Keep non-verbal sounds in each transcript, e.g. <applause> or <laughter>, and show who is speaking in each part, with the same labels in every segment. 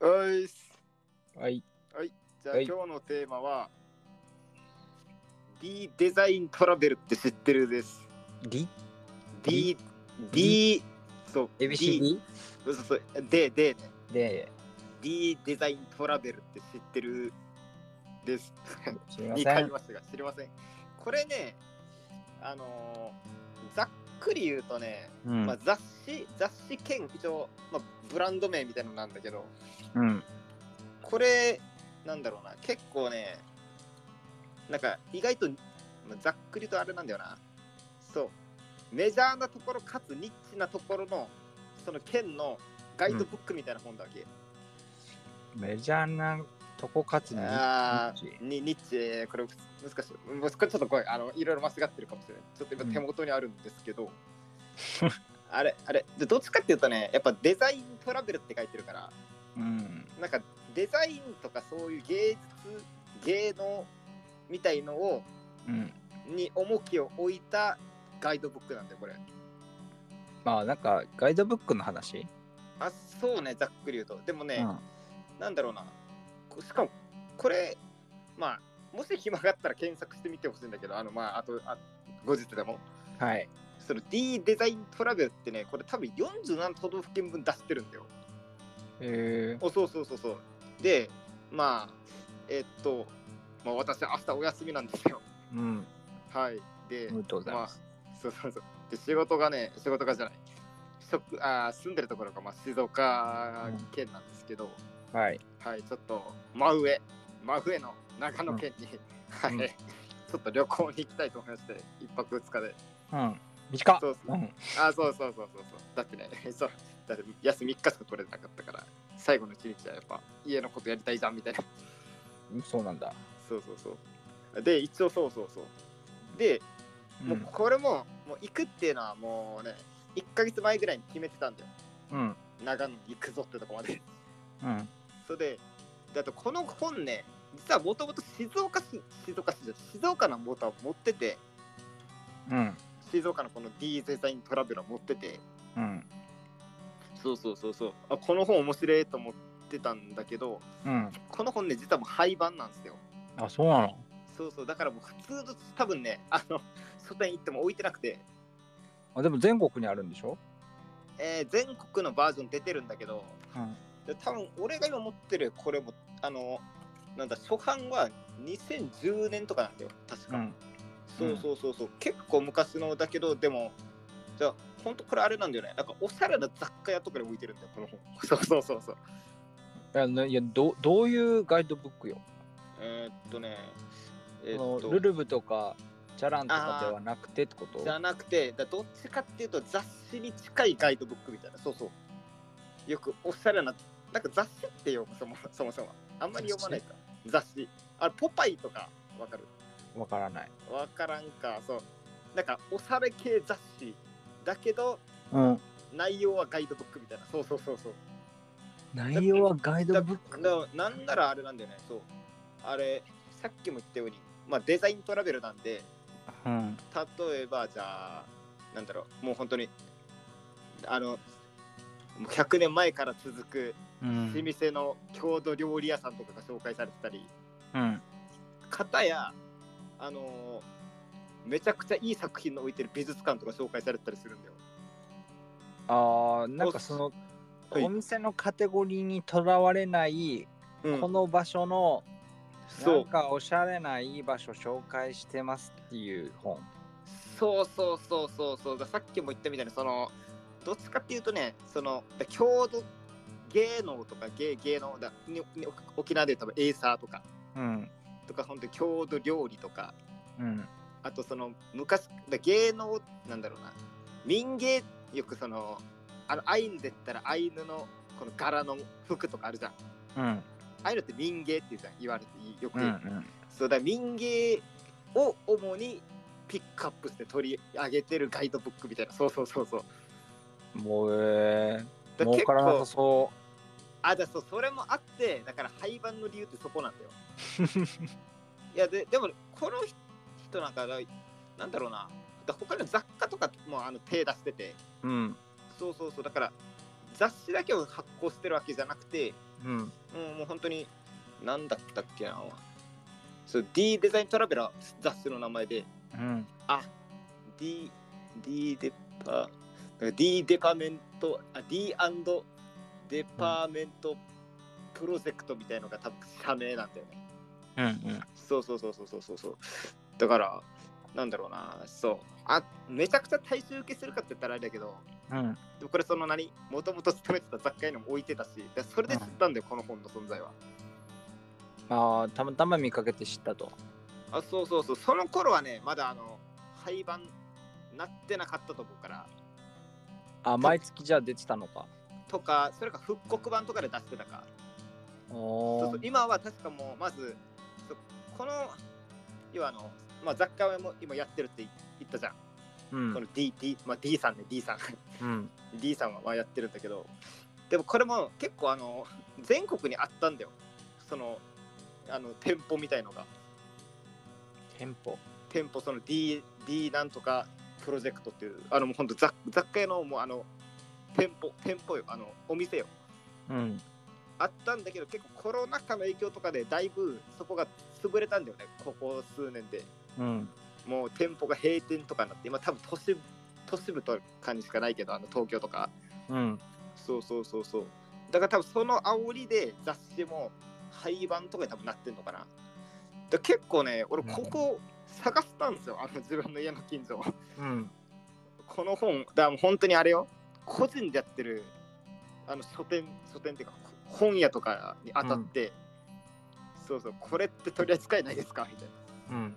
Speaker 1: です。
Speaker 2: はい。
Speaker 1: はい。じゃあ、
Speaker 2: はい
Speaker 1: 今日のテーマは、D デザイントラベルって知ってるです。
Speaker 2: D?
Speaker 1: D、D、そう、D、
Speaker 2: ABCD?
Speaker 1: そうそうそう、D、D ね。
Speaker 2: で、
Speaker 1: D デザイントラベルって知ってるです。
Speaker 2: すみま
Speaker 1: に
Speaker 2: せ
Speaker 1: 変わ
Speaker 2: ん
Speaker 1: り。ましたが、知りません。これね、あのーざっくり言うとね、
Speaker 2: うん
Speaker 1: まあ、雑誌、雑誌兼一応、まあ、ブランド名みたいなのなんだけど、
Speaker 2: うん。
Speaker 1: これなんだろうな結構ねなんか意外とまあざっくりとあれなんだよなそうメジャーなところかつニッチなところのその県のガイドブックみたいな本だわけ、
Speaker 2: メジャーなとこかつに。
Speaker 1: あ
Speaker 2: ニッ
Speaker 1: ーにニッチえーこれ難しいうんこれちょっと怖いあのいろいろ間違ってるかもしれないちょっと今手元にあるんですけど、
Speaker 2: <laughs>
Speaker 1: あれあれでどっちかっていうとねやっぱデザイントラベルって書いてるから
Speaker 2: うん。
Speaker 1: なんかデザインとかそういう芸術芸能みたいのを
Speaker 2: うん。
Speaker 1: に重きを置いたガイドブックなんだよこれ
Speaker 2: まあなんかガイドブックの話。
Speaker 1: あそうねざっくり言うとでも
Speaker 2: う
Speaker 1: ね、
Speaker 2: ん。
Speaker 1: なんだろうなこしかもこれまあもし暇があったら検索してみてほしいんだけどあのまああとあ後日でも
Speaker 2: はい。
Speaker 1: その D デザイントラベルってねこれ多分47都道府県分出してるんだよ
Speaker 2: え
Speaker 1: おそうそうそうそうでまあえっとまあ私明日お休みなんですよ
Speaker 2: ー、うん。
Speaker 1: はいで、
Speaker 2: ありがとうございます。
Speaker 1: そうそうそう。で、仕事がね、仕事がじゃない。職あー住んでるところが、まあ、静岡県なんですけど、
Speaker 2: はい。
Speaker 1: はい、ちょっと真上、真上の長野県に、
Speaker 2: ん
Speaker 1: はい、ちょっと旅行に行きたいと思いまして、一泊二日で。
Speaker 2: うん。短っ。。
Speaker 1: そうそううんあー、そうそうそうそうそう。だってね、 <laughs> そうだって休み3日しか取れなかったから、最後の一日はやっぱ家のことやりたいじゃんみたいな。
Speaker 2: そうなんだ。
Speaker 1: そうそうそう。で、一応そうそうそう。で、
Speaker 2: う。
Speaker 1: もうんこれももう行くっていうのはもうね1ヶ月前ぐらいに決めてたんだよ
Speaker 2: うん。
Speaker 1: 長野に行くぞってとこまで <laughs>
Speaker 2: うん。
Speaker 1: それでだとこの本ね実はもともと静岡市静岡市じゃない静岡のモーターを持ってて
Speaker 2: うん。
Speaker 1: 静岡のこの D デザイントラベラー持ってて
Speaker 2: うん。
Speaker 1: そうそうそうそうあこの本面白いと思ってたんだけど
Speaker 2: うん。
Speaker 1: この本ね実はもう廃盤なんですよ
Speaker 2: あ、そうなの
Speaker 1: そうそうだからもう普通の多分ねあの書店行っても置いてなくて、
Speaker 2: あでも全国にあるんでしょ
Speaker 1: えー全国のバージョン出てるんだけど
Speaker 2: うん。
Speaker 1: で多分俺が今持ってるこれもあのなんだ初版は2010年とかなんだよ確
Speaker 2: う
Speaker 1: か、
Speaker 2: ん。
Speaker 1: そうそうそうそう結構昔のだけどでもじゃあほんとこれあれなんだよねなんかおしゃれな雑貨屋とかで置いてるんだよこの本 <laughs> そうそうそうそう
Speaker 2: あのいやどどういうガイドブックよ、
Speaker 1: えーっとねえ
Speaker 2: こ
Speaker 1: ーっ
Speaker 2: の
Speaker 1: と
Speaker 2: ルルブとかチャランとかではなくてってこと
Speaker 1: じゃなくてだどっちかっていうと雑誌に近いガイドブックみたいなそうそうよくおしゃれななんか雑誌って読むそもそもそもあんまり読まないか雑誌あれポパイとかわかる
Speaker 2: わからない。
Speaker 1: わからんかそうなんかおしゃれ系雑誌だけど
Speaker 2: うん、
Speaker 1: 内容はガイドブックみたいなそうそうそうそう
Speaker 2: 内容はガイド
Speaker 1: だ
Speaker 2: ブック
Speaker 1: だなんならあれなんだよねそうあれさっきも言ったようにまあデザイントラベルなんで
Speaker 2: うん。
Speaker 1: 例えばじゃあなんだろうもう本当にあのもう100年前から続く
Speaker 2: う
Speaker 1: 老
Speaker 2: ん。
Speaker 1: 舗の郷土料理屋さんとかが紹介されてたり
Speaker 2: うん。
Speaker 1: 片やあのめちゃくちゃいい作品の置いてる美術館とか紹介されてたりするんだよ
Speaker 2: ああ、なんかその、
Speaker 1: はい
Speaker 2: お店のカテゴリーにとらわれない、
Speaker 1: うん
Speaker 2: この場所の、
Speaker 1: そ
Speaker 2: なん
Speaker 1: う
Speaker 2: かおしゃれないい場所紹介してますっていう本。
Speaker 1: そうそうそうそうそうださっきも言ったみたいにそのどっちかっていうとねそのだ郷土芸能とか芸芸能だにに沖縄で言うとエイサーとか
Speaker 2: うん。
Speaker 1: とか本当に郷土料理とか
Speaker 2: うん。
Speaker 1: あとその昔だ芸能なんだろうな民芸よくそのあのアイヌで言ったらアイヌのこの柄の服とかあるじゃんあ
Speaker 2: うん。
Speaker 1: あいうのって民芸って言うじゃん言われてよく
Speaker 2: う
Speaker 1: 言う、
Speaker 2: ん。
Speaker 1: そうだ民芸を主にピックアップして取り上げてるガイドブックみたいなそうそうそうそう
Speaker 2: もう、えー、
Speaker 1: だ
Speaker 2: 儲
Speaker 1: 結
Speaker 2: からなさ
Speaker 1: 構
Speaker 2: そ
Speaker 1: あだそうそれもあってだから廃盤の理由ってそこなんだ
Speaker 2: <laughs>
Speaker 1: よいやででもこの人なんかだなんだろうなだ他の雑貨とかもあの手出してて
Speaker 2: う。うん。
Speaker 1: そうそうそうだから雑誌だけを発行してるわけじゃなくて、
Speaker 2: うん。
Speaker 1: うん、もう本当に何だったっけなそう D デザイントラベラー雑誌の名前で
Speaker 2: うん。
Speaker 1: あ D, D デパなんか D デパメントあ D& デパーメントプロジェクトみたいのが多分社名なんだよね
Speaker 2: うん。うん。
Speaker 1: そうそうそうそうそうそうそうだからなんだろうなそうあめちゃくちゃ大衆受けするかって言ったらあれだけど
Speaker 2: うん。
Speaker 1: でもこれその何もともと勤めてた雑貨屋にも置いてたしでそれで知ったんだよ、この本の存在は
Speaker 2: ああ、たまたま見かけて知ったと。
Speaker 1: あそうそうそうその頃はねまだあの廃盤なってなかったと思うから
Speaker 2: あ、毎月じゃあ出てたのか。
Speaker 1: とかそれか復刻版とかで出してたか
Speaker 2: お
Speaker 1: そう
Speaker 2: お
Speaker 1: そう。今は確かもうまずそうこの要はあの、まあ、雑貨屋も今やってるって言ったじゃん、
Speaker 2: うん
Speaker 1: こ。の D, D, まあ、D さんね D さん <laughs>
Speaker 2: うん。
Speaker 1: D さんはまあやってるんだけどでもこれも結構あの全国にあったんだよそのあの店舗みたいのが
Speaker 2: 店舗。
Speaker 1: 店舗その D, D なんとかプロジェクトっていうあのもうほんと雑雑貨屋のもうあの店舗店舗よあのお店よ
Speaker 2: うん。
Speaker 1: あったんだけど結構コロナ禍の影響とかでだいぶそこが潰れたんだよねここ数年で
Speaker 2: うん。
Speaker 1: もう店舗が閉店とかになって今多分都市都市部とかにしかないけどあの東京とか
Speaker 2: うん。
Speaker 1: そうそうそうそうだから多分その煽りで雑誌も廃盤とかに多分なってんのかなで結構ね俺ここ探したんですよあの自分の家の近所を
Speaker 2: うん。
Speaker 1: この本、だからもう本当にあれよ、個人でやってるあの書店、書店っていうか、本屋とかに当たって、そうそう、これって取り扱えないですかみたい
Speaker 2: うん。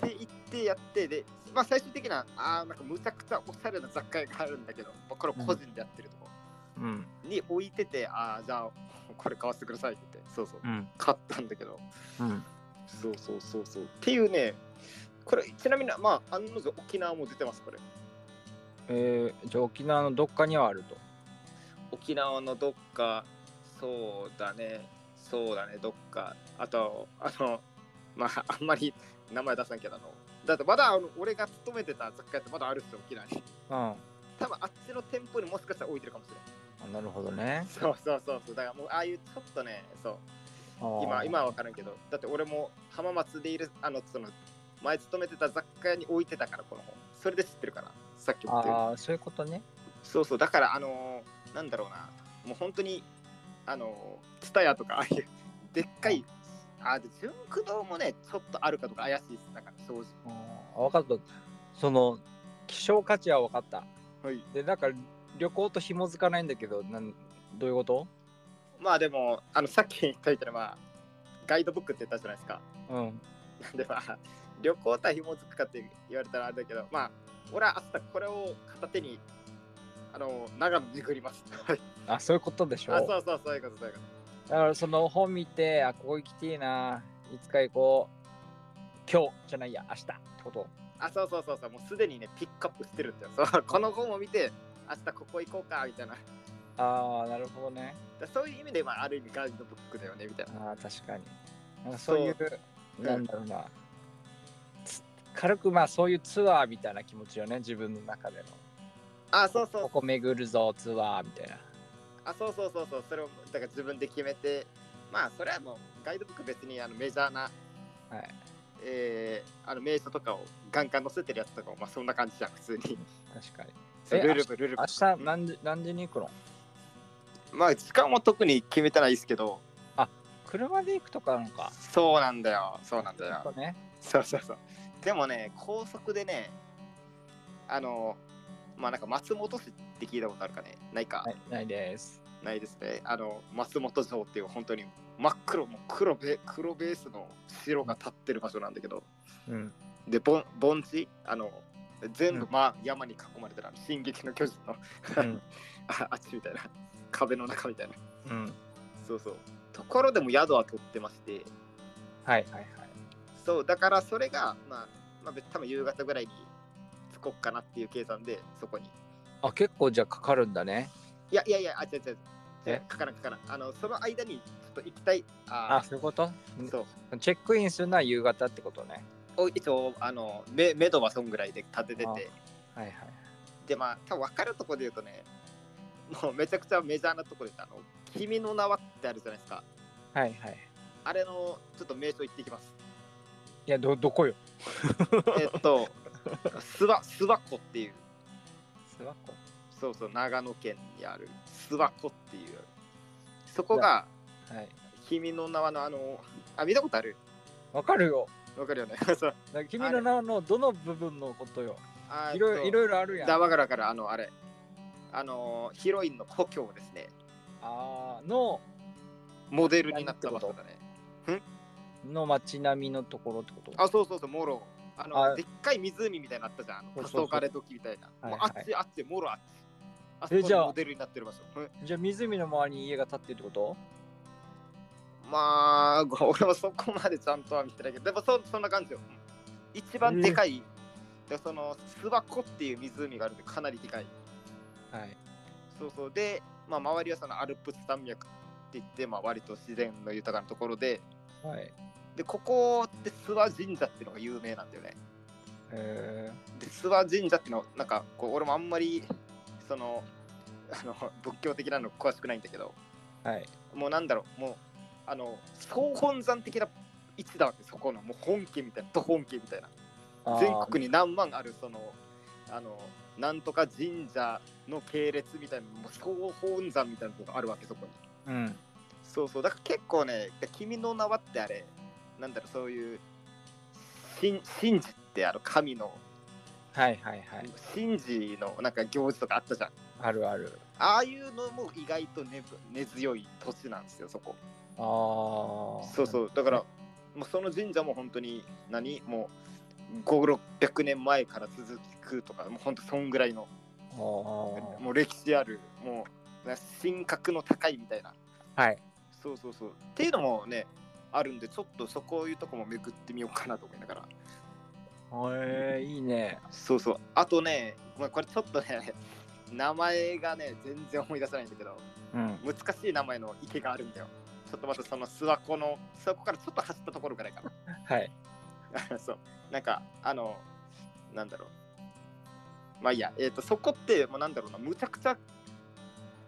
Speaker 1: な。って言ってやって、で、まあ、最終的な、ああ、なんかむちゃくちゃおしゃれな雑貨屋があるんだけど、まあこれ個人でやってるとこ
Speaker 2: うん。
Speaker 1: に置いてて、ああ、じゃあ、これ買わせてくださいって言って、そうそう、
Speaker 2: うん。
Speaker 1: 買ったんだけど、
Speaker 2: うん。
Speaker 1: そうそうそうそう。っていうね、これ、ちなみに、まあ、案の定沖縄も出てます、これ。
Speaker 2: えー、じゃあ沖縄のどっかにはあると。
Speaker 1: 沖縄のどっかそうだねそうだねどっかあとあのまああんまり名前出さんけどあのだってまだあの俺が勤めてた雑貨屋ってまだあるっすよ沖縄に
Speaker 2: うん。あ
Speaker 1: 多分あっちの店舗にもしかしたら置いてるかもしれない
Speaker 2: なるほどね。
Speaker 1: そうそうそうそうだからもうああいうちょっとねそう
Speaker 2: あー
Speaker 1: 今今は分からんけどだって俺も浜松でいるあのその前勤めてた雑貨屋に置いてたからこの本それで知ってるからさっきも言ったように
Speaker 2: ああ、そういうことね。
Speaker 1: そうそうだからあのーなんだろうなもう本当にあのツタヤとかああいうでっかいあで純駆動もねちょっとあるかとか怪しいですだから正直
Speaker 2: あ分かった。その、希少価値は分かった。
Speaker 1: はい
Speaker 2: で、なんか旅行と紐づかないんだけど、なんどういうこと
Speaker 1: まあでもあのさっき言ったみたいなまあガイドブックって言ったじゃないですか <laughs>
Speaker 2: うん。
Speaker 1: なんでまあ旅行とは紐づくかって言われたらあれだけどまあ俺は明日これを片手にあの長野巡りますはい
Speaker 2: あ、そういうことでし
Speaker 1: <laughs>
Speaker 2: ょ。
Speaker 1: あそうそうそういうことそういうこ
Speaker 2: だからその本見て、あ、ここ行きていいな、いつか行こう。今日じゃないや、明日ってこと。
Speaker 1: とあそうそうそうそうもうすでにねピックアップしてるんだよそう <laughs> この本を見て明日ここ行こうかみたいな
Speaker 2: ああ、なるほどね。
Speaker 1: だからそういう意味で、まあ、ある意味ガイドブックだよねみたいな。
Speaker 2: ああ、確かに。なんか
Speaker 1: そ
Speaker 2: そうういう、
Speaker 1: うん
Speaker 2: なんだろうな。つ軽くまあそういうツアーみたいな気持ちよね、自分の中での。
Speaker 1: あ、そうそう
Speaker 2: こ、こ巡るぞ、ツアーみたいな。
Speaker 1: あ、そうそうそうそう、それをだから自分で決めて、まあそれはもうガイドブック別にあのメジャーな、
Speaker 2: はい。
Speaker 1: えー、あの名所とかをガンガン載せてるやつとかも、まあそんな感じじゃん、普通に。
Speaker 2: 確かに。
Speaker 1: そうルールブ、ルールブ
Speaker 2: 明。日何時何時に行くの
Speaker 1: まあ時間も特に決めてないですけど、
Speaker 2: 車で行くとかなのか。
Speaker 1: そうなんだよ、そうなんだ
Speaker 2: ちょ
Speaker 1: よ
Speaker 2: っ。とね。
Speaker 1: そうそうそう。でもね、高速でね、あの、まあなんか松本市って聞いたことあるかね、ないか。
Speaker 2: はい、ないです。
Speaker 1: ないですね。あの松本城っていう本当に真っ黒もう黒ベ黒ベースの城が立ってる場所なんだけど、
Speaker 2: うん。
Speaker 1: で盆盆地あの全部
Speaker 2: うん
Speaker 1: まあ山に囲まれてるあの進撃の巨人の、
Speaker 2: うん。
Speaker 1: ああっちみたいな壁の中みたいな。
Speaker 2: うん、
Speaker 1: そうそう。ところでも宿は取ってまして、
Speaker 2: はいはいはい。
Speaker 1: そうだからそれがまあまあ別多分夕方ぐらいに着こっかなっていう計算でそこに。
Speaker 2: あ、結構じゃあかかるんだね。
Speaker 1: いやいやいやあ違う違う違う。
Speaker 2: え
Speaker 1: かからんかからんあのその間にちょっと行きたい
Speaker 2: あ、
Speaker 1: あ
Speaker 2: そういうこと
Speaker 1: あそう
Speaker 2: チェックインするのは夕方ってことね。
Speaker 1: を一応あのめめどはそんぐらいで立てて
Speaker 2: あ
Speaker 1: て
Speaker 2: はいはい。
Speaker 1: でまあ多分分かるところで言うとねもうめちゃくちゃメジャーなとこで言うとあの「君の名は」ってあるじゃないですか
Speaker 2: はいはい。
Speaker 1: あれのちょっと名称言っていきます <laughs>
Speaker 2: いや、ど、どこよ。
Speaker 1: えっと諏訪諏訪湖っていう
Speaker 2: 諏訪湖。
Speaker 1: そうそう長野県にある諏訪湖っていうそこが
Speaker 2: はい。
Speaker 1: 「君の名は」のあのあ見たことある
Speaker 2: わかるよ。
Speaker 1: わかるよね <laughs> そう
Speaker 2: だから君の名のどの部分のことよ。
Speaker 1: あ
Speaker 2: いろいろいろいろあるやん。
Speaker 1: だわからからあのあれあのヒロインの故郷ですね
Speaker 2: あーの、
Speaker 1: モデルになった場所だね
Speaker 2: の街並みのところってこと。
Speaker 1: あそうそうそうモロあの
Speaker 2: あ
Speaker 1: でっかい湖みたいになったじゃんあの
Speaker 2: そう
Speaker 1: 黄
Speaker 2: そうそう
Speaker 1: 昏時みたいな
Speaker 2: はい
Speaker 1: もう
Speaker 2: はい
Speaker 1: あっちあっちモロあっちあそ
Speaker 2: え
Speaker 1: こ
Speaker 2: じゃ
Speaker 1: が
Speaker 2: あ
Speaker 1: モデルになってる場所うん
Speaker 2: じゃあ、湖の周りに家が建ってるってこと
Speaker 1: まあご <laughs> 俺もそこまでちゃんとは見てないけどでもそそんな感じようん一番でかい、でその諏訪湖っていう湖があるんでかなりでかい
Speaker 2: はい。
Speaker 1: そうそうで、まあ、周りはそのアルプス山脈って言って、まあ、割と自然の豊かなところで
Speaker 2: はい。
Speaker 1: でここって諏訪神社っていうのが有名なんだよね
Speaker 2: え
Speaker 1: で諏訪神社っていうのはなんかこう俺もあんまりそのあの仏教的なの詳しくないんだけど
Speaker 2: ー、はい。
Speaker 1: もうなんだろうもうあの総本山的な位置だわけそこのもう本家みたいなと本家みたいな
Speaker 2: あー
Speaker 1: 全国に何万あるそのあのなんとか神社の系列みたいなもう総本山みたいなのがあるわけそこに
Speaker 2: うん。
Speaker 1: そうそうだから結構ね「で君の名は」ってあれなんだろうそういう神神事ってあの神の
Speaker 2: はいはいはい。
Speaker 1: 神事のなんか行事とかあったじゃん
Speaker 2: あるある。
Speaker 1: ああいうのも意外と根ぶ根強い土地なんですよそこ
Speaker 2: ああ。
Speaker 1: そうそうだからもうその神社も本当に何もう5600年前から続くとかもう本当そんぐらいの
Speaker 2: あー。
Speaker 1: もう歴史あるもうな神格の高いみたいな
Speaker 2: はい。
Speaker 1: そうそうそうっていうのもねあるんでちょっとそこいうとこもめくってみようかなと思いながら
Speaker 2: えー、いいね。
Speaker 1: そうそうあとね、まあ、これちょっとね名前がね全然思い出せないんだけど
Speaker 2: うん。
Speaker 1: 難しい名前の池があるんだよちょっとまたその諏訪湖の諏訪湖からちょっと走ったところぐらいか
Speaker 2: はい。
Speaker 1: な <laughs> そうなんかあのなんだろうまあいいや、えー、とそこってもうなんだろうなむちゃくちゃ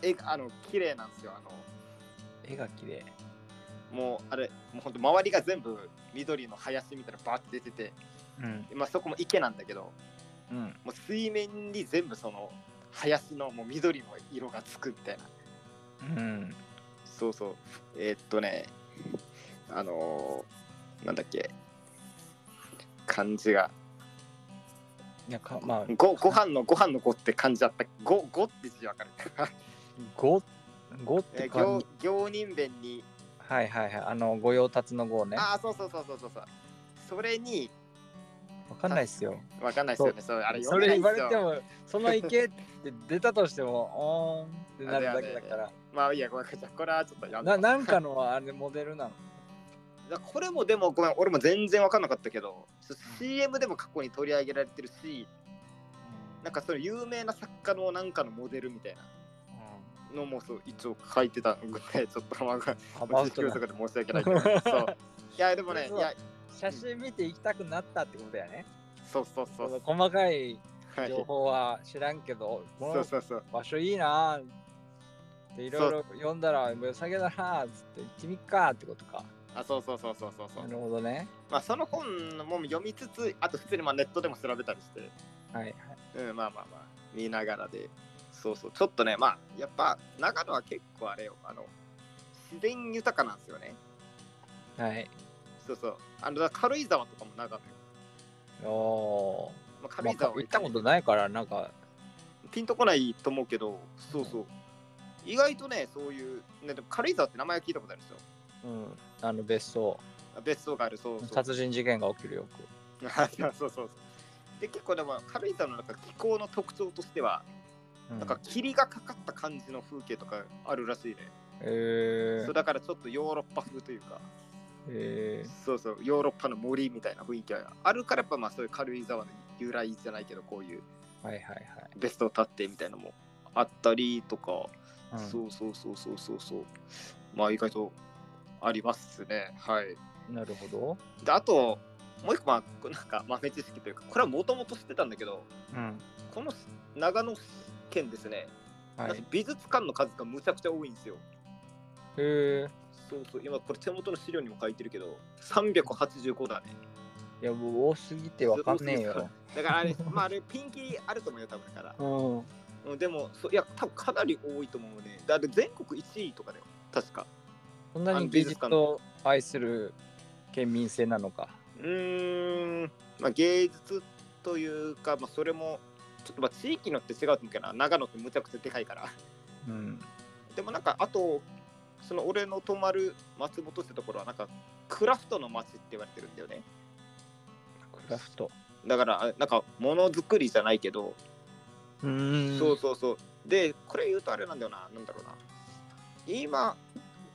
Speaker 1: えあの綺麗なんですよあの
Speaker 2: 絵が綺麗。
Speaker 1: もうあれもうほんと周りが全部緑の林みたいなのバーって出てて、
Speaker 2: うん。
Speaker 1: まあ、そこも池なんだけど
Speaker 2: うん。
Speaker 1: もう水面に全部その林のもう緑の色がつくみたいな
Speaker 2: うん。
Speaker 1: そうそうえーっとねあのーなんだっけ漢字が
Speaker 2: なんか、まあ、
Speaker 1: ごご飯のご飯のごって漢字あったごごって字わかる
Speaker 2: 五五っ
Speaker 1: え
Speaker 2: て
Speaker 1: ー
Speaker 2: 感
Speaker 1: 行
Speaker 2: じ。
Speaker 1: 行人弁に
Speaker 2: はいはいはい。あの、御用達の号ね。
Speaker 1: あ
Speaker 2: わ
Speaker 1: あそうそうそうそうそうそうそれに
Speaker 2: かんないっすよ。
Speaker 1: わかんないですよねそれあれ
Speaker 2: そ
Speaker 1: 読め
Speaker 2: れ
Speaker 1: ない
Speaker 2: 言
Speaker 1: っ
Speaker 2: わ
Speaker 1: す
Speaker 2: れ
Speaker 1: よ
Speaker 2: ても、その池って出たとしても、おーんってなるだけだか
Speaker 1: あれ
Speaker 2: ら。
Speaker 1: まあいいやごめんなさいこれはちょっとやめ
Speaker 2: ななんかのあれモデルなの。
Speaker 1: だからこれもでもごめん俺も全然わかんなかったけどそう CM でも過去に取り上げられてるしなんかその有名な作家のなんかのモデルみたいな
Speaker 2: うん
Speaker 1: のもそう一応書いてたのでちょっとまあ
Speaker 2: アバ
Speaker 1: 知
Speaker 2: ウ
Speaker 1: 識
Speaker 2: ト
Speaker 1: <laughs> 不
Speaker 2: な
Speaker 1: 足で申し訳ないけどそういやでもねい
Speaker 2: そう
Speaker 1: や
Speaker 2: 写真見て行きたくなったってことやね。
Speaker 1: そうそうそ
Speaker 2: そうの細かい
Speaker 1: はい
Speaker 2: 情報は知らんけど、
Speaker 1: そ
Speaker 2: こ
Speaker 1: う
Speaker 2: の
Speaker 1: そうそう
Speaker 2: 場所いいなーっていろいろ読んだら良さげだなーっつって行ってみっかーってことか。
Speaker 1: あそうそうそうそうそうそ
Speaker 2: な
Speaker 1: う
Speaker 2: るほどね。
Speaker 1: まあその本も読みつつあと普通にまあネットでも調べたりして
Speaker 2: はいはい。
Speaker 1: うんまあまあまあ見ながらでそうそうちょっとねまあやっぱ長野は結構あれよあの自然豊かなんですよね
Speaker 2: はい。
Speaker 1: そうそう。あの、だから軽井沢とかも長野よ。
Speaker 2: おー。
Speaker 1: まあ、軽
Speaker 2: まあ
Speaker 1: 井沢は
Speaker 2: 行ったことないから、なんか、
Speaker 1: ピンとこないと思うけど、そうそう。意外とね、そういう、ね、でも軽井沢って名前は聞いたことあるんですよ。
Speaker 2: うん、あの別荘、
Speaker 1: 別荘がある、そうそう。
Speaker 2: 殺人事件が起きるよく。
Speaker 1: <laughs> そうそうそう。で、結構でも、軽井沢のなんか気候の特徴としては、
Speaker 2: うん
Speaker 1: なんか霧がかかった感じの風景とかあるらしいね。
Speaker 2: え
Speaker 1: そう
Speaker 2: ー、
Speaker 1: だからちょっとヨーロッパ風というか、
Speaker 2: えー、
Speaker 1: そうそう、ヨーロッパの森みたいな雰囲気があるから、やっぱまあそういう軽井沢の由来じゃないけど、こういう
Speaker 2: はいはいはい。
Speaker 1: ベストを立ってみたいなのもあったりとか、
Speaker 2: うん
Speaker 1: そうそうそうそうそうそう。まあ意外とありますね。はい。
Speaker 2: なるほど。
Speaker 1: であともう一個まあこれなんか豆知識というかこれはもともと知ってたんだけど
Speaker 2: うん。
Speaker 1: この長野県ですね
Speaker 2: はい。へ
Speaker 1: 美術館の数がむちゃくちゃ多いんですよ。
Speaker 2: え
Speaker 1: そうそう、今これ手元の資料にも書いてるけど、385だね。
Speaker 2: いや、もう多すぎてわかんねえ
Speaker 1: そう
Speaker 2: よ。
Speaker 1: だからあ <laughs> れ、まああれピンキリあると思うよ、多分だから。
Speaker 2: うん。
Speaker 1: うん、でも、そういや、多分かなり多いと思うね。だって全国1位とかだよ、確か。
Speaker 2: そんなに芸術を愛する県民性なのか。
Speaker 1: うーん、まあ芸術というか、まあそれも、ちょっとまあ地域によって違うと思うけどな、長野ってむちゃくちゃでかいから。
Speaker 2: うん。
Speaker 1: でもなんかあとその俺の泊まる松本ってところはなんかクラフトの街って言われてるんだよね
Speaker 2: クラフト。
Speaker 1: だからあなんかものづくりじゃないけど、
Speaker 2: うん
Speaker 1: そうそうそうでこれ言うとあれなんだよななんだろうな今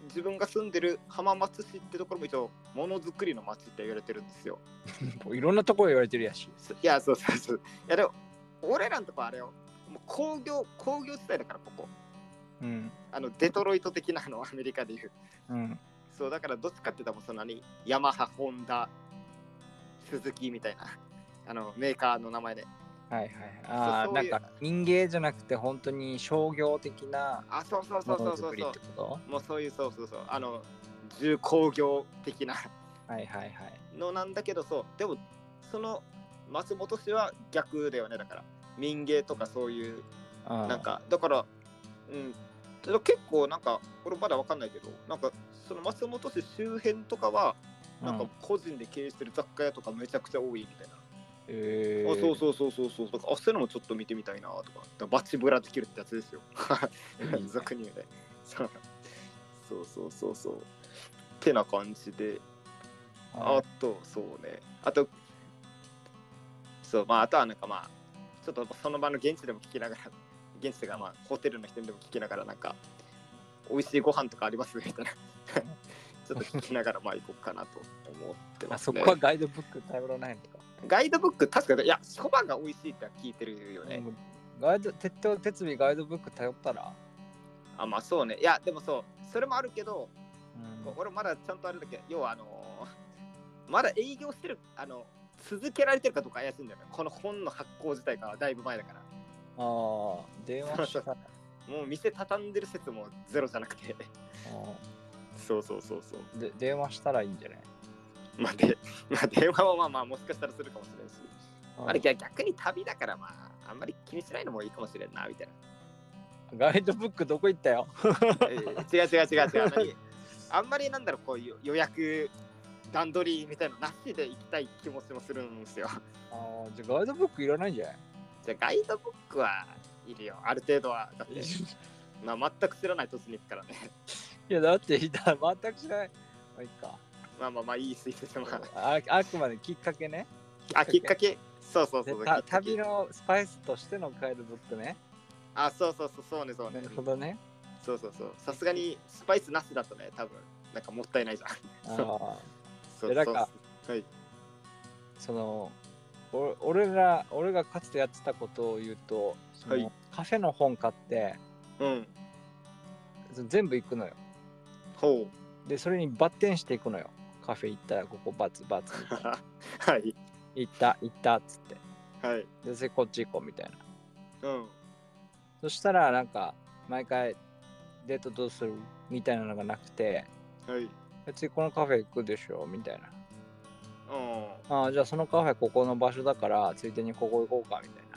Speaker 1: 自分が住んでる浜松市ってところも一応ものづくりの街って言われてるんですよ
Speaker 2: いろんなところ言われてるやし。
Speaker 1: そいやそうそうそういやでも俺らのとこあれよもう工業工業地帯だからここ
Speaker 2: うん。
Speaker 1: あのデトロイト的なあのアメリカでいう
Speaker 2: うん。
Speaker 1: そうだからどっちかって言ったらもうそんなにヤマハ、ホンダ、スズキみたいなあのメーカーの名前で。
Speaker 2: はいはい。ああ、
Speaker 1: そうそ
Speaker 2: な
Speaker 1: うんいう
Speaker 2: か民芸じゃなくて本当に商業的な
Speaker 1: あ、そうそうそ
Speaker 2: も
Speaker 1: うそ
Speaker 2: の
Speaker 1: うそ
Speaker 2: づ
Speaker 1: う
Speaker 2: くり
Speaker 1: そ
Speaker 2: ってこ
Speaker 1: う。もうそういうそうそうそう。あの重工業的な
Speaker 2: とはいはいはい。
Speaker 1: のなんだけどそう。でもその松本市は逆だよねだから民芸とかそういう
Speaker 2: あー
Speaker 1: なん。かだからうん。けど結構なんか俺まだわかんないけどなんかその松本市周辺とかはなんか
Speaker 2: うん
Speaker 1: 個人で経営してる雑貨屋とかめちゃくちゃ多いみたいな。
Speaker 2: えー
Speaker 1: あそうそうそうそうそうだからあそういうのもちょっと見てみたいなとかだからバチブラできるってやつです
Speaker 2: <laughs>
Speaker 1: よ
Speaker 2: いい
Speaker 1: 俗に言うねそうそうそうそうそうてな感じで
Speaker 2: は
Speaker 1: あ
Speaker 2: い
Speaker 1: とそうねあとそうまああとはなんかまあちょっとその場の現地でも聞きながら現地というかまあホテルの人にでも聞きながらなんか美味しいご飯とかありますみたいな <laughs> ちょっと聞きながらまあ行こうかなと思ってま
Speaker 2: あ
Speaker 1: す
Speaker 2: そ
Speaker 1: ね
Speaker 2: こはガイドブック頼らないのか。
Speaker 1: ガイドブック確かにいやそばが美味しいっては聞いてるよね、
Speaker 2: うんガイド、鉄塔鉄尾ガイドブック頼ったら。
Speaker 1: あまあそうねいやでもそうそれもあるけど、
Speaker 2: うん
Speaker 1: 俺まだちゃんとあれだけど要はあのー <laughs> まだ営業してるあの続けられてるかどうか怪しいんだよねこの本の発行自体がだいぶ前だから
Speaker 2: ああ、電話し
Speaker 1: <laughs>
Speaker 2: たら。
Speaker 1: もう店畳んでる説もゼロじゃなくて
Speaker 2: あ
Speaker 1: <laughs> そうそうそうそう
Speaker 2: ーで電話したらいいんじゃない
Speaker 1: まあで、 <laughs> まあ、電話はまあまあもしかしたらするかもしれんしあれ逆逆に旅だからまああんまり気にしないのもいいかもしれんなみたいな <laughs>
Speaker 2: ガイドブックどこ行ったよ
Speaker 1: えー違う違う違う違うあんまりあんまりなんだろうこういう予約段取りみたいなのなしで行きたい気持ちもするんですよ
Speaker 2: あーじゃあガイドブックいらないんじゃない
Speaker 1: じゃあガイドブックはいるよ、ある程度は。
Speaker 2: <laughs>
Speaker 1: だって、まあ、全く知らない年に行くからね。 <laughs>
Speaker 2: いやだっていた全く知らない。まあいいか。
Speaker 1: まあまあまあ、いいスイーツでも。
Speaker 2: ああくまできっかけね。
Speaker 1: あ、きっかけ。そうそうそう。き
Speaker 2: で
Speaker 1: ったかけ
Speaker 2: 旅のスパイスとしてのガイドブックね。
Speaker 1: あ、そうそうそう、そうね、そう
Speaker 2: な
Speaker 1: ね
Speaker 2: る。ほどね。
Speaker 1: そうそうそう。さすがにスパイスなしだとね、多分なんかもったいないじゃん。 <laughs> そ
Speaker 2: あ
Speaker 1: う
Speaker 2: ー
Speaker 1: そう
Speaker 2: でなんか
Speaker 1: そうはい。
Speaker 2: そのお俺が俺がかつてやってたことを言うと、その
Speaker 1: はい
Speaker 2: カフェの本買って
Speaker 1: うん。
Speaker 2: その全部行くのよ。
Speaker 1: ほう。
Speaker 2: でそれにバッテンしていくのよ。カフェ行ったらここバツバツみたいな
Speaker 1: <laughs> はい。
Speaker 2: 行った行ったっつって。
Speaker 1: はい。
Speaker 2: でそれこっち行こうみたいな。
Speaker 1: うん。
Speaker 2: そしたらなんか毎回デートどうするみたいなのがなくて
Speaker 1: はい。
Speaker 2: 別にこのカフェ行くでしょみたいな
Speaker 1: うん。
Speaker 2: あーじゃあそのカフェここの場所だからついでにここ行こうかみたいな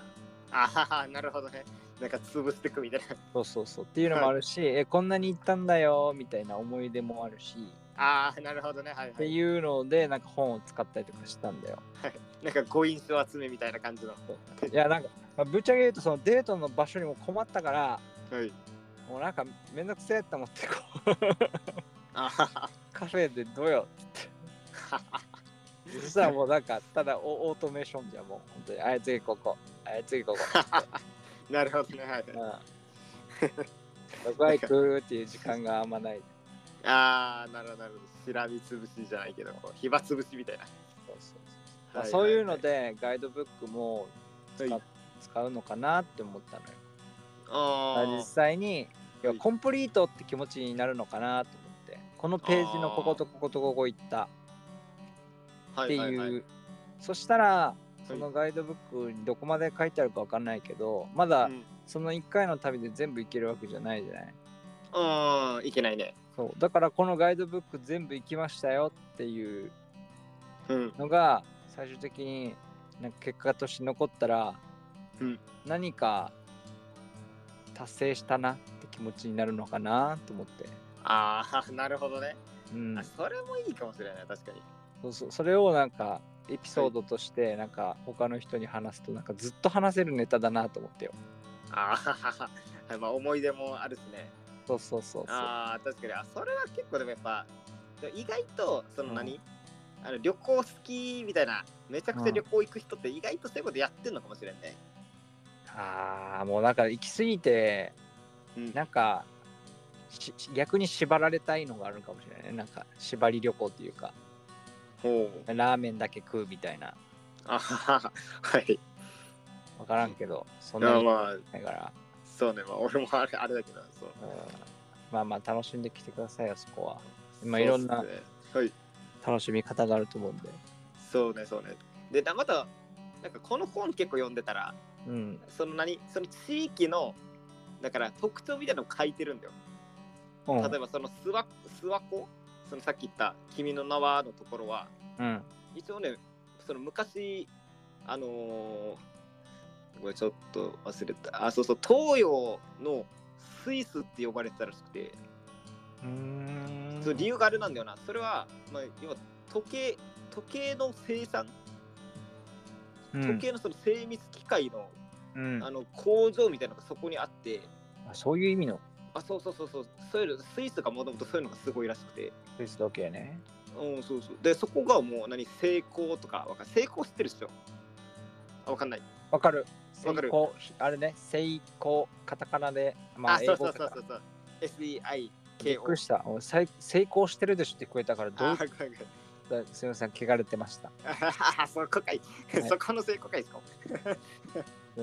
Speaker 1: あはは、なるほどね。なんか潰してくみたいな。
Speaker 2: そうそうそうっていうのもあるし、えこんなに行ったんだよみたいな思い出もあるし、
Speaker 1: ああ、なるほどね。はい、
Speaker 2: っ
Speaker 1: は
Speaker 2: て
Speaker 1: い。
Speaker 2: いうのでなんか本を使ったりとかしたんだよ
Speaker 1: なんかご印象集めみたいな感じの。
Speaker 2: いやなんか、まあぶっちゃけ言うとそのデートの場所にも困ったから
Speaker 1: はい。
Speaker 2: もうなんかめんどくせえって思ってこう
Speaker 1: あはは。
Speaker 2: カフェでどうよ <laughs> そしたらもうなんかただオオートメーションじゃんもう本当にあい次ここあい次ここ
Speaker 1: なるほどね。はい。はい
Speaker 2: うん。僕は行くっていう時間があんまない。
Speaker 1: ああ、なるほど、なるほど。しらみつぶしじゃないけど、こう暇つぶしみたいな。
Speaker 2: そうそうそうそういうのでガイドブックも使,、
Speaker 1: はい
Speaker 2: 使うのかなって思ったのよ。
Speaker 1: あ
Speaker 2: 実
Speaker 1: ー
Speaker 2: 際に要は
Speaker 1: はい
Speaker 2: コンプリートって気持ちになるのかなと思ってこのページのこことこことここ行った
Speaker 1: は
Speaker 2: っていう、
Speaker 1: はは
Speaker 2: そしたらそのガイドブックにどこまで書いてあるかわかんないけどまだ
Speaker 1: うん
Speaker 2: その1回の旅で全部行けるわけじゃないじゃない
Speaker 1: うん、いけないね。
Speaker 2: そうだからこのガイドブック全部行きましたよっていう
Speaker 1: うん。
Speaker 2: のが最終的になんか結果として残ったら、
Speaker 1: うん
Speaker 2: 何か達成したなって気持ちになるのかなと思って、
Speaker 1: ああ、なるほどね。
Speaker 2: うん
Speaker 1: あ、それもいいかもしれない、確かに。
Speaker 2: そうそうそれをなんかエピソードとしてなんか他の人に話すとなんかずっと話せるネタだなと思ってよ
Speaker 1: ああ、はいまあ思い出もあるしね。
Speaker 2: そうそうそうそう
Speaker 1: ああ、確かに。あ、それは結構でもやっぱ、でも意外と、その何、
Speaker 2: う
Speaker 1: あの旅行好きみたいな、めちゃくちゃ旅行行く人って意外とそういうことやってんのかもしれんね。
Speaker 2: あーもうなんか行き過ぎて
Speaker 1: うん
Speaker 2: なんかし逆に縛られたいのがあるかもしれないねなんか縛り旅行っていうか
Speaker 1: ほう。
Speaker 2: ラーメンだけ食うみたいな
Speaker 1: あはは、はい。
Speaker 2: 分からんけどそんな
Speaker 1: まあ
Speaker 2: にだ
Speaker 1: まあ、
Speaker 2: から、
Speaker 1: そうね、まあ、 <laughs> 俺もあれあれだけど、そう。
Speaker 2: うん、まあまあ楽しんできてくださいよそこはまあ
Speaker 1: そうっすね
Speaker 2: いろんな
Speaker 1: はい。
Speaker 2: 楽しみ方があると思うんで
Speaker 1: そうね、そうね。で、だまた、なんかこの本結構読んでたら、
Speaker 2: うん
Speaker 1: その何その地域のだから特徴みたいなのを書いてるんだよ。
Speaker 2: うん
Speaker 1: 例えばその諏訪諏訪湖そのさっき言った「君の名は」のところは
Speaker 2: うん
Speaker 1: 一応ねその昔あのーこれちょっと忘れたあそうそう東洋のスイスって呼ばれてたらしくて
Speaker 2: うーん
Speaker 1: その理由があれなんだよなそれは、まあ、要は時計時計の生産
Speaker 2: うん
Speaker 1: 時計のその精密機械の,、
Speaker 2: うん
Speaker 1: あの工場みたいなのがそこにあって
Speaker 2: あそういう意味の
Speaker 1: あそうそうそうそうそういうのスイスがもともとそういうのがすごいらしくて
Speaker 2: クイズ時計ね。
Speaker 1: うんそうそうでそこがもう何成功とかわかん成功知ってるっしょあわかんない
Speaker 2: わかる。
Speaker 1: わかる
Speaker 2: 成功あれね、成功、カタカナで、まあ、
Speaker 1: あそうそう
Speaker 2: だか
Speaker 1: そ
Speaker 2: ら
Speaker 1: うそうそう SEIKO
Speaker 2: びっくりした。おさい成功してるでしょって聞こえたから、ど
Speaker 1: あ
Speaker 2: う
Speaker 1: ごめんごめん
Speaker 2: だすみません、汚れてました。
Speaker 1: あそこかい、
Speaker 2: はい
Speaker 1: そこの成功かいですか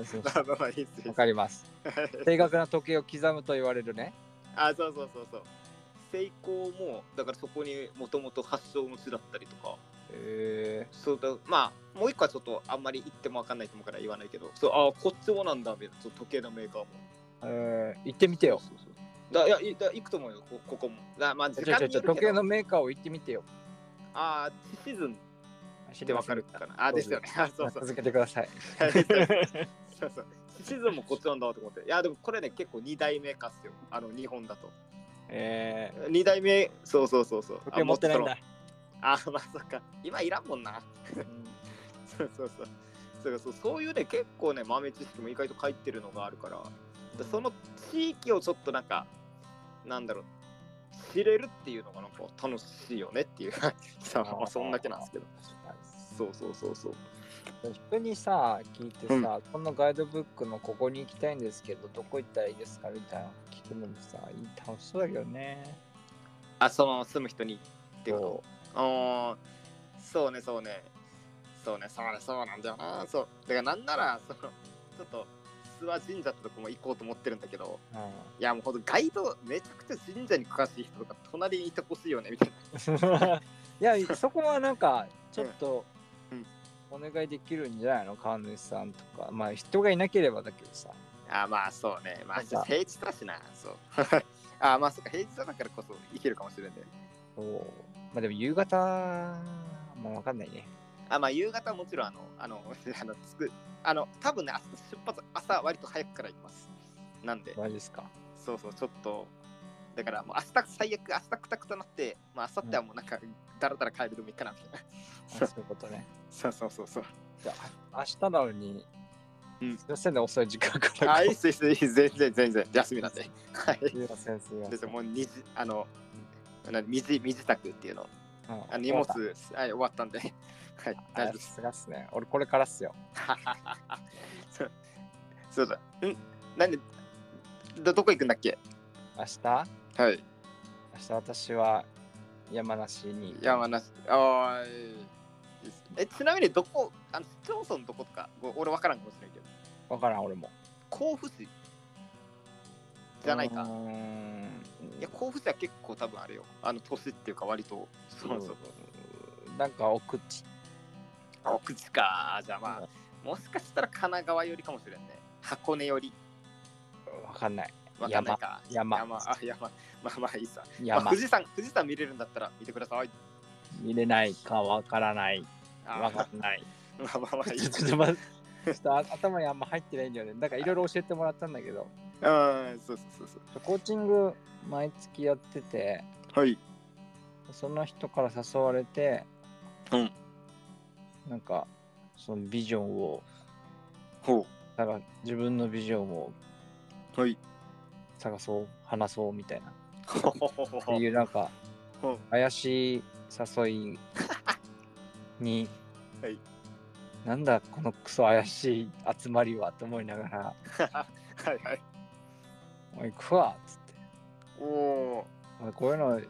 Speaker 1: <laughs>
Speaker 2: すいません
Speaker 1: まあまあまあいいっす
Speaker 2: わ
Speaker 1: よ
Speaker 2: か
Speaker 1: <laughs>
Speaker 2: ります。正確な時計を刻むと言われるね。
Speaker 1: あそうそうそうそう成功もだからそこにもともと発祥の地だったりとか
Speaker 2: え
Speaker 1: そうだまあもう一個はちょっとあんまり言ってもわかんないと思うから言わないけどそうあこっちもなんだみたいなそう時計のメーカーも
Speaker 2: ーえー行ってみてよ。
Speaker 1: そうそうそうだいやいだ行くと思うよこここもだまあ時
Speaker 2: ちょ
Speaker 1: 間
Speaker 2: ちょ
Speaker 1: に
Speaker 2: ち
Speaker 1: よ
Speaker 2: ょ
Speaker 1: るけ
Speaker 2: 時計
Speaker 1: ど
Speaker 2: のメーカーを行ってみてよ。
Speaker 1: あーシーズン
Speaker 2: 知
Speaker 1: ってわかるかなあですよねあそうそう
Speaker 2: 続けてください。
Speaker 1: <laughs> そうそうシーズンもこっちなんだと思っていやでもこれね結構2代目かっすよあの日本だと
Speaker 2: え
Speaker 1: 2代目そうそうそうそう
Speaker 2: ー、時計持ってないん
Speaker 1: あ
Speaker 2: だ。
Speaker 1: もっとあまあそっか今いらんもんなそうそうそうそうかそうそういうね結構ね豆知識も意外と書いてるのがあるからでその地域をちょっとなんかなんだろう知れるっていうのがなんか楽しいよねっていうさま <laughs> あそんだけなんですけどそうそうそうそう
Speaker 2: 人にさ聞いてさ、このガイドブックのここに行きたいんですけどどこ行ったらいいですかみたいなの聞くのもさいい楽しそうだけどね
Speaker 1: あその住む人にってこと
Speaker 2: そ
Speaker 1: あーそうねそうねそうねそうねそうなんだよなそうだからなんならそのちょっと諏訪神社とかも行こうと思ってるんだけど
Speaker 2: う、
Speaker 1: いやもうほんとガイドめちゃくちゃ神社に詳しい人とか隣にいてほしいよねみたいな
Speaker 2: うん、い <laughs> やそこはなんかちょっと
Speaker 1: うんうん
Speaker 2: お願いできるんじゃないの川主さんとかまあ人がいなければだけどさ
Speaker 1: あまあそうねまあ
Speaker 2: そうか
Speaker 1: 平日だしなそう <laughs> あまあそっか平日だからこそ行けるかもしれない
Speaker 2: そうまあでも夕方まあわかんないね
Speaker 1: あまあ夕方はもちろんあのあの <laughs> あのつくあの多分ね明日出発朝割と早くから行きますなんで
Speaker 2: マ
Speaker 1: <laughs>
Speaker 2: ジですか
Speaker 1: そうそうちょっとだからもう明日最悪明日くたくたなってまあ明後日はもうなんかだらだら帰るでもいいかなみたいな <laughs>
Speaker 2: あそういうことね
Speaker 1: そうそうそうそう
Speaker 2: じゃあ明日なのに、
Speaker 1: うん
Speaker 2: すいませんね遅い時間から
Speaker 1: あいいっすいいっすいいっす全然全然休みなんではい
Speaker 2: すいませんすいませ
Speaker 1: で
Speaker 2: ん
Speaker 1: もう2時あのな身支身支度っていうの
Speaker 2: うん
Speaker 1: あ荷物はい終わったんで <laughs> はい大丈夫
Speaker 2: さ
Speaker 1: です <laughs>
Speaker 2: すがっすね。俺これからっすよ。
Speaker 1: そうそうだんなんでどどこ行くんだっけ
Speaker 2: 明日
Speaker 1: はい
Speaker 2: 明日私は山梨に。
Speaker 1: 山梨あーいいっすえちなみにどこあの市町村どことかご俺分からんかもしれないけど
Speaker 2: わからん俺も。
Speaker 1: 甲府市じゃないう
Speaker 2: ー
Speaker 1: か。
Speaker 2: ん。
Speaker 1: いや、甲府市は結構多分あれよ。あの、都市っていうか割と。そうそう。
Speaker 2: なんか奥地。
Speaker 1: 奥地か。じゃあまあ、もしかしたら神奈川よりかもしれんね。箱根より。
Speaker 2: かんない。
Speaker 1: わかんないか。
Speaker 2: 山
Speaker 1: 山。あ、山。まあまあいいさ。まあ、
Speaker 2: 山
Speaker 1: 富士山、富士山見れるんだったら見てください。
Speaker 2: 見れないかわからない。
Speaker 1: <laughs> あ
Speaker 2: わかんない。
Speaker 1: まあまあまあいい
Speaker 2: ちょちょっと待ってちょっとあ頭にあんま入ってないんだよね。だからいろいろ教えてもらったんだけど、
Speaker 1: うん、そうそうそうそ
Speaker 2: コーチング毎月やってて、
Speaker 1: う。はい。
Speaker 2: その人から誘われて、
Speaker 1: うん
Speaker 2: なんか、そのビジョンを、
Speaker 1: ほ
Speaker 2: だから自分のビジョンを
Speaker 1: う。はい。
Speaker 2: 探そう、話そうみたいな。
Speaker 1: ほほほほ
Speaker 2: っていうなんか
Speaker 1: ほ
Speaker 2: 怪しい誘いに
Speaker 1: はい
Speaker 2: なんだこのクソ怪しい集まりはと思いながら
Speaker 1: はいはい。
Speaker 2: 「おい行くわ」っつって
Speaker 1: おお。
Speaker 2: 「俺こういうの
Speaker 1: はい。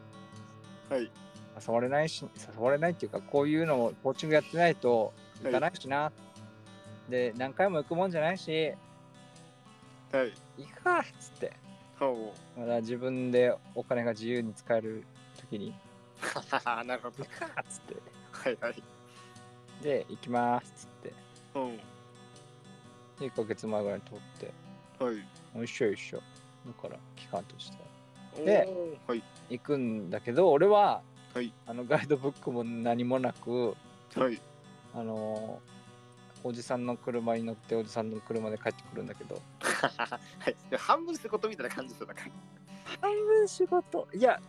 Speaker 2: 誘われないし誘われないっていうかこういうのをコーチングやってないと行かないしな」で何回も行くもんじゃないし
Speaker 1: はい。
Speaker 2: 「行くか」っつって
Speaker 1: ほう。
Speaker 2: まだ自分でお金が自由に使える時に
Speaker 1: ははは <laughs> なるほ
Speaker 2: 「行
Speaker 1: ど。
Speaker 2: くか」っつって
Speaker 1: はいはい。
Speaker 2: で「行きます」っつって
Speaker 1: ほ
Speaker 2: で1ヶ月前ぐらいに取って
Speaker 1: う。はい。
Speaker 2: もう一緒一緒だから期間としてで
Speaker 1: おー、はい。
Speaker 2: 行くんだけど俺は
Speaker 1: はい。
Speaker 2: あのガイドブックも何もなく
Speaker 1: はい。 <laughs>
Speaker 2: あのーおじさんの車に乗っておじさんの車で帰ってくるんだけど
Speaker 1: はい。で半分仕事みたいな感じでしょだから。
Speaker 2: 半分仕事いや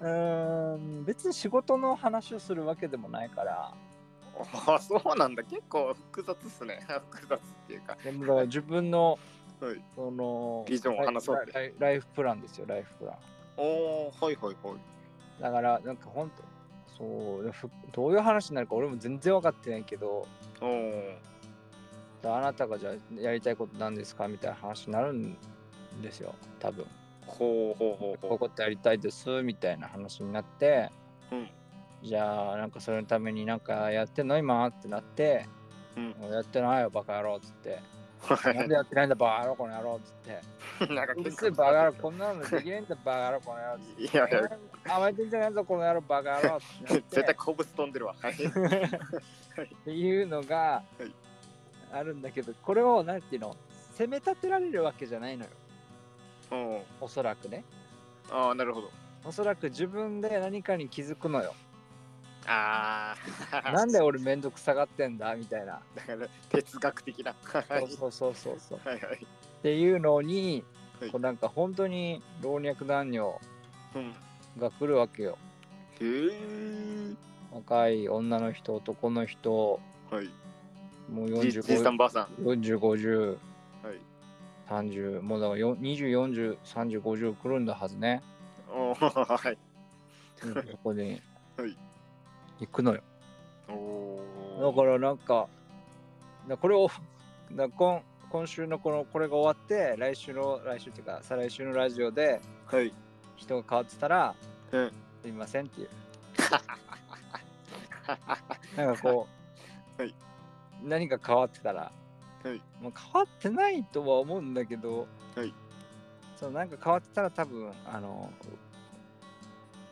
Speaker 2: うーん別に仕事の話をするわけでもないから
Speaker 1: ああ、そうなんだ。結構複雑っすね。 <laughs> 複雑っていうか。
Speaker 2: でもだ <laughs> から自分の
Speaker 1: はい。
Speaker 2: その
Speaker 1: ビジョンを話そうって
Speaker 2: ライライライフプランですよライフプラン
Speaker 1: おお、はいはいはい。
Speaker 2: だからなんか本当そうふどういう話になるか俺も全然分かってないけど
Speaker 1: おお。
Speaker 2: あなたがじゃあやりたいことなんですかみたいな話になるんですよ多分
Speaker 1: ほうほうほう
Speaker 2: こういう
Speaker 1: ほ
Speaker 2: ことやりたいですみたいな話になって
Speaker 1: う。うん。
Speaker 2: じゃあなんかそれのためになんかやってんの今ってなって
Speaker 1: うん。
Speaker 2: もうやってないよバカ野郎っつってなんで
Speaker 1: は
Speaker 2: やってないんだバカ野郎この野郎っつって
Speaker 1: い。なんか
Speaker 2: うる
Speaker 1: 結
Speaker 2: せえ
Speaker 1: 構。
Speaker 2: バカ野郎こんなのできないんだバカ野郎この野郎っつって
Speaker 1: いやいや、
Speaker 2: 甘えてんじゃないぞこの野郎バカ野郎ってなっ
Speaker 1: <laughs> 絶
Speaker 2: て
Speaker 1: 対好物飛んでるわ。はい。
Speaker 2: っていうのが
Speaker 1: はい
Speaker 2: あるんだけどこれをなんていうの責め立てられるわけじゃないのよ
Speaker 1: うん。
Speaker 2: おそらくね
Speaker 1: ああ、なるほど。
Speaker 2: おそらく自分で何かに気づくのよ。
Speaker 1: あ <laughs> あ。
Speaker 2: なんで俺めんどくさがってんだみたいな。
Speaker 1: だから哲学的な。はい
Speaker 2: そうそうそうそうそう。
Speaker 1: はいはい。
Speaker 2: っていうのに、
Speaker 1: はい
Speaker 2: こうなんか本当に老若男女
Speaker 1: うん。
Speaker 2: が来るわけよ。
Speaker 1: へえ。
Speaker 2: 若い女の人、男の人、
Speaker 1: はい。
Speaker 2: もう
Speaker 1: じじいさん
Speaker 2: 40、
Speaker 1: ばあさん。
Speaker 2: 40 50、
Speaker 1: はい。
Speaker 2: 30、もうだからよ20、40、30、50来るんだはずね。
Speaker 1: おお、はい。
Speaker 2: うんそこに
Speaker 1: はい
Speaker 2: 行くのよ。
Speaker 1: お
Speaker 2: だ
Speaker 1: お。
Speaker 2: からなんか、なこれを、な今今週のこのこれが終わって、来週の、来週っていうか、再来週のラジオで
Speaker 1: はい。
Speaker 2: 人が変わってたら、
Speaker 1: うん
Speaker 2: すみませんっていう。なんかこう、
Speaker 1: はい
Speaker 2: 何か変わってたら、
Speaker 1: はい
Speaker 2: もう変わってないとは思うんだけど、
Speaker 1: はい
Speaker 2: そうなんか変わってたら多分、あの、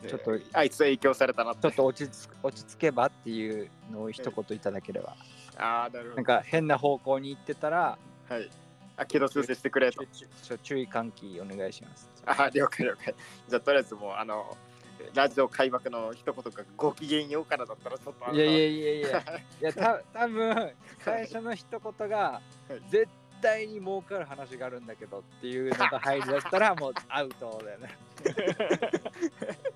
Speaker 2: ちょっと
Speaker 1: えー <laughs> あいつは影響されたな
Speaker 2: ちょっと落ち着く落ち着けばっていうのを一言いただければ。
Speaker 1: ああなるほ
Speaker 2: な
Speaker 1: ど
Speaker 2: んか変な方向に行ってたら、
Speaker 1: はいあ軌道修正してくれ
Speaker 2: ち
Speaker 1: と
Speaker 2: ょちょ注意喚起お願いします。
Speaker 1: ああ了解了解じゃあとりあえずもうあのラジオ開幕の一言がご機嫌ようからだったらちょっとあの
Speaker 2: いやいやいやいや、いやた多分最初の一言が
Speaker 1: い
Speaker 2: 絶対に儲かる話があるんだけどっていうのが入りだっ
Speaker 1: <laughs>
Speaker 2: たらもうアウトだよね。
Speaker 1: <laughs>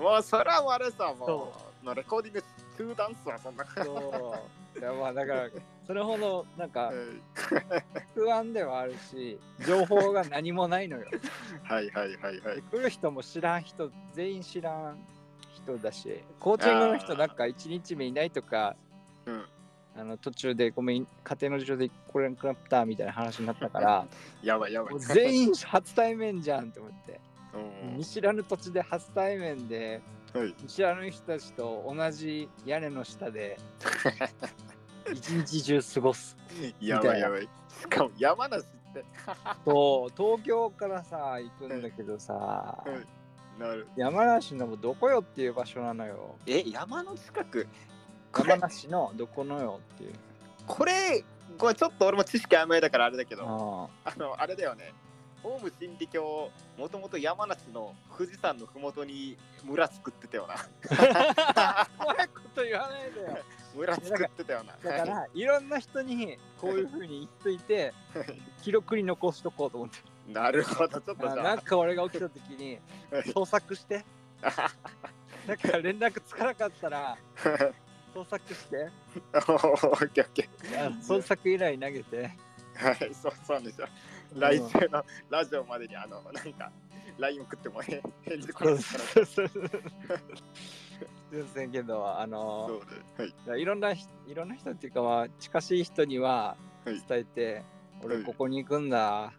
Speaker 1: もうそれはもうあれさも
Speaker 2: そう
Speaker 1: のレコーディング中断っすわそんな感じ
Speaker 2: そういやまあだからそれほどなんか
Speaker 1: うん
Speaker 2: 不安ではあるし情報が何もないのよ。
Speaker 1: はいはいはいはい
Speaker 2: で来る人も知らん人全員知らん人だしコーチングの人なんか1日目いないとか
Speaker 1: うん
Speaker 2: あの途中でごめん家庭の事情でこれなくなったみたいな話になったから
Speaker 1: <laughs> やばいやばい
Speaker 2: もう全員初対面じゃんって思って
Speaker 1: うん
Speaker 2: 見知らぬ土地で初対面で
Speaker 1: はい
Speaker 2: 見知らぬ人たちと同じ屋根の下 <laughs> で一日中過ごす
Speaker 1: やばいやばいしかも山梨って
Speaker 2: と東京からさ行くんだけどさ
Speaker 1: うんなる
Speaker 2: 山梨のどこよっていう場所なのよ
Speaker 1: え山の近くこ
Speaker 2: 山
Speaker 1: れ
Speaker 2: 梨のどこのよって <laughs> いう
Speaker 1: これこれちょっと俺も知識曖昧だからあれだけど
Speaker 2: あ
Speaker 1: あの、あれだよね。オウム真理教もともと山梨の富士山の麓に村作ってた
Speaker 2: <laughs>
Speaker 1: よな
Speaker 2: 怖いこと言わないでよ。
Speaker 1: 村作ってたよな
Speaker 2: だから、いろんな人にこういうふうに言っといて、記録に残しとこうと <laughs> 思って。
Speaker 1: <laughs> なるほどちょっとじ
Speaker 2: あ
Speaker 1: ゃ
Speaker 2: な
Speaker 1: あ
Speaker 2: んか俺が起きた時に、捜索して、なんか連絡つかなかったら、捜索して、
Speaker 1: <laughs> オッケーオッケ
Speaker 2: あ捜索依頼投げて。
Speaker 1: ーはいそうそうでしょ来週のラジオまでにあのなんか LINE 送ってもね返事来
Speaker 2: そ
Speaker 1: な
Speaker 2: う
Speaker 1: いから
Speaker 2: そうそうそう。ですねけど、あ
Speaker 1: そう
Speaker 2: の、
Speaker 1: ではい
Speaker 2: いろんなひ、いろんな人っていうか、まあ、近しい人には
Speaker 1: はい
Speaker 2: 伝えて、
Speaker 1: は
Speaker 2: 俺
Speaker 1: い
Speaker 2: ここに行くんだ。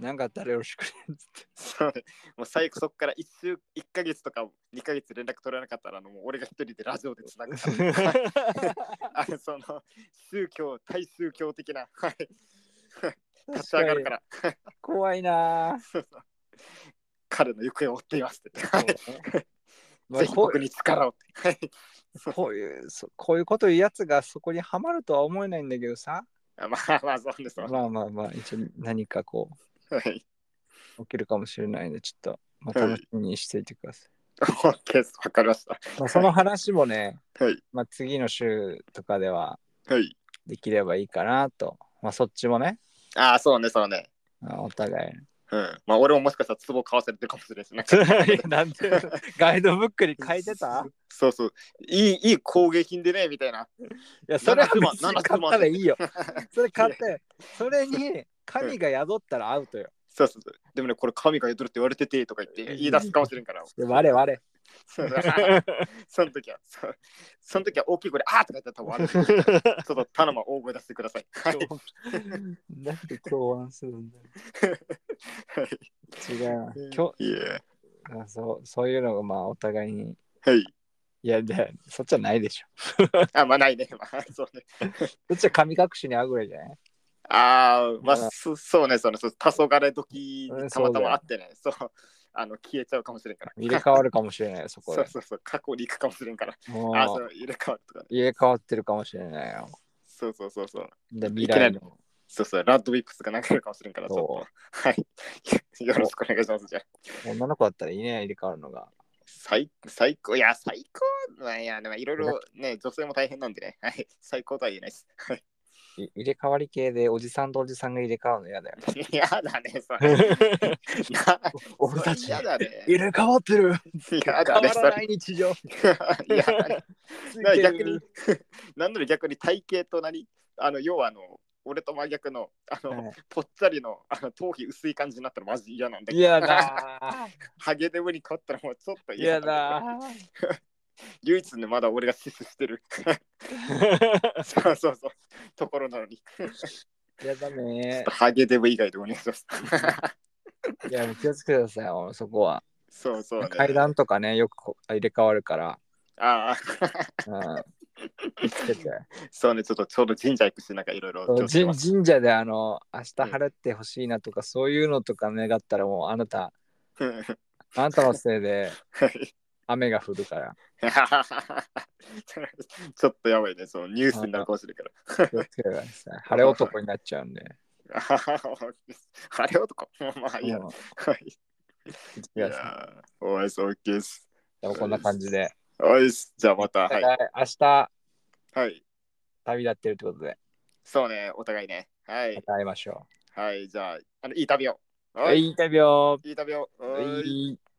Speaker 2: なんかあったらよろしくねっつって。
Speaker 1: そうねもう最悪そこから一週一ヶ月とか二ヶ月連絡取れなかったらあのもう俺が一人でラジオでつなぐからあのその宗教大宗教的なはい立ち上がるから <laughs>
Speaker 2: 怖いなぁ。
Speaker 1: そうそう彼の行方を追っていますってはい
Speaker 2: まあ
Speaker 1: ぜひ
Speaker 2: こ
Speaker 1: 僕に力をってはい
Speaker 2: こういうそこういうこと言うやつがそこにはまるとは思えないんだけどさ
Speaker 1: あまあまあそうですわ
Speaker 2: まあまあまあ一応何かこ
Speaker 1: はい。
Speaker 2: う起きるかもしれないんでちょっと、まあ、
Speaker 1: はい
Speaker 2: 楽しみにしていてください、
Speaker 1: OK です。わかりました。
Speaker 2: まあ、その話もね、
Speaker 1: はい。
Speaker 2: まあ、次の週とかでは
Speaker 1: はい。
Speaker 2: できればいいかなと、まあ、そっちもね
Speaker 1: ああ、そうね、そうね。
Speaker 2: あお互い
Speaker 1: <laughs> うん。まあ、俺ももしかしたら壺買わされてるかもしれないしね。
Speaker 2: <laughs> いやなんでガイドブックに書いて
Speaker 1: <laughs>
Speaker 2: た
Speaker 1: そうそう。いい、いい工芸品でね、みたいな。
Speaker 2: いやそれは別
Speaker 1: 七つも
Speaker 2: に買ったら
Speaker 1: <laughs>
Speaker 2: いいよそれ買ってそれに神が宿ったらアウトよ
Speaker 1: そうそうそう。でもね、これ神が言うとるって言われててとか言って言い出すかもしれんから。
Speaker 2: で我々
Speaker 1: そうだ
Speaker 2: <laughs>
Speaker 1: その時は、そうその時は大きい声で、あーとか言ったら多分ある。ち
Speaker 2: <laughs>
Speaker 1: ょっと頼むわ、大声出してください。はい。
Speaker 2: なんで共感するんだよ違うな。今
Speaker 1: いえ。
Speaker 2: 日あそう、そういうのがまあお互いに。
Speaker 1: はい。
Speaker 2: いや、でそっちはないでしょ。
Speaker 1: あ、まあないね。まあ、そうね。
Speaker 2: そっちは神隠しにあぐらいじゃない
Speaker 1: ああ、まあ、
Speaker 2: うん
Speaker 1: そそうね、そうね、そう黄昏時
Speaker 2: うん
Speaker 1: にたまた
Speaker 2: そうだ
Speaker 1: ま
Speaker 2: よ
Speaker 1: 会ってね、そう、あの、消えちゃうかもしれんから。
Speaker 2: 入れ替わるかもしれないよ、そこ
Speaker 1: そう
Speaker 2: で。
Speaker 1: そうそう、過去に行くかもしれんから。
Speaker 2: も
Speaker 1: ああ、 <laughs> そうう、入れ替わるとかね。
Speaker 2: 入れ替わってるかもしれないよ。
Speaker 1: そうそうそうそう。
Speaker 2: で、未来の。
Speaker 1: そうそう、ラッドウィップスが流れるかもしれんから、ち
Speaker 2: そう
Speaker 1: ょっと。はい。よろしくお願いします、じゃあ。
Speaker 2: 女の子だったらいいね、入れ替わるのが。
Speaker 1: 最最高、いや、最高、まあ、いや、でもいろいろね、女性も大変なんでね、はい、最高とは言えないです。 <laughs> はい。
Speaker 2: い入れ替わり系でおじさんとおじさんが入れ替わるの嫌だよ。
Speaker 1: 嫌だね、そ <laughs> れ。な
Speaker 2: 俺たち
Speaker 1: 嫌だね。
Speaker 2: 入れ替わってる
Speaker 1: 嫌
Speaker 2: 変
Speaker 1: だ
Speaker 2: わ
Speaker 1: ね、
Speaker 2: らない日常。
Speaker 1: そ
Speaker 2: <laughs>
Speaker 1: れ。嫌 <laughs> だね。だから逆に <laughs>
Speaker 2: 続、
Speaker 1: なんなら逆に体型となり、あの要はあの俺と真逆のあ
Speaker 2: け
Speaker 1: の、
Speaker 2: るはい
Speaker 1: ぽっちゃりのあの頭皮薄い感じになったらマジ嫌なんだけど、
Speaker 2: 嫌だ。
Speaker 1: ハゲで上に変わったらもうちょっと <laughs> 嫌
Speaker 2: 嫌
Speaker 1: なんだ <laughs>
Speaker 2: だ
Speaker 1: けど。唯一ね、まだ俺がシスしてる。 <laughs> そうそうそう。ところなのに。
Speaker 2: 嫌だね。
Speaker 1: ハゲデブ以外でお願いします。
Speaker 2: いや、気をつけてくださいよ、そこは。
Speaker 1: そうそう、ね。
Speaker 2: 階段とかね、よくこ入れ替わるから。
Speaker 1: ああ、
Speaker 2: うん。気をつけて
Speaker 1: そうね、ちょっとちょうど神社行くし、なんかいろいろ。
Speaker 2: 神神社であの、明日払ってほしいなとか、そういうのとか願ったらもうあなた、
Speaker 1: うん
Speaker 2: あなたのせいで
Speaker 1: はい <laughs>
Speaker 2: 雨が降るから、
Speaker 1: ちょっとやばいね、そのニュースになるかもしれないから。
Speaker 2: 気をつけてくだ
Speaker 1: <laughs>
Speaker 2: さい。晴れ男になっちゃうんで。
Speaker 1: あははあれ男まあいいや。
Speaker 2: うん
Speaker 1: はい。
Speaker 2: 気をつけ
Speaker 1: い
Speaker 2: てください。
Speaker 1: やー、おいす、オッケーです。
Speaker 2: でもこんな感じで。
Speaker 1: おいす、じゃあまた、
Speaker 2: お
Speaker 1: は
Speaker 2: 互
Speaker 1: い
Speaker 2: い。明日、
Speaker 1: はい。
Speaker 2: 旅立ってるってことで、
Speaker 1: そうね、お互いね。はい
Speaker 2: ま。た会いましょ
Speaker 1: はい、じゃあ、あのいい旅を。
Speaker 2: う。
Speaker 1: おい、
Speaker 2: いい旅を。
Speaker 1: いい旅を。おい
Speaker 2: はい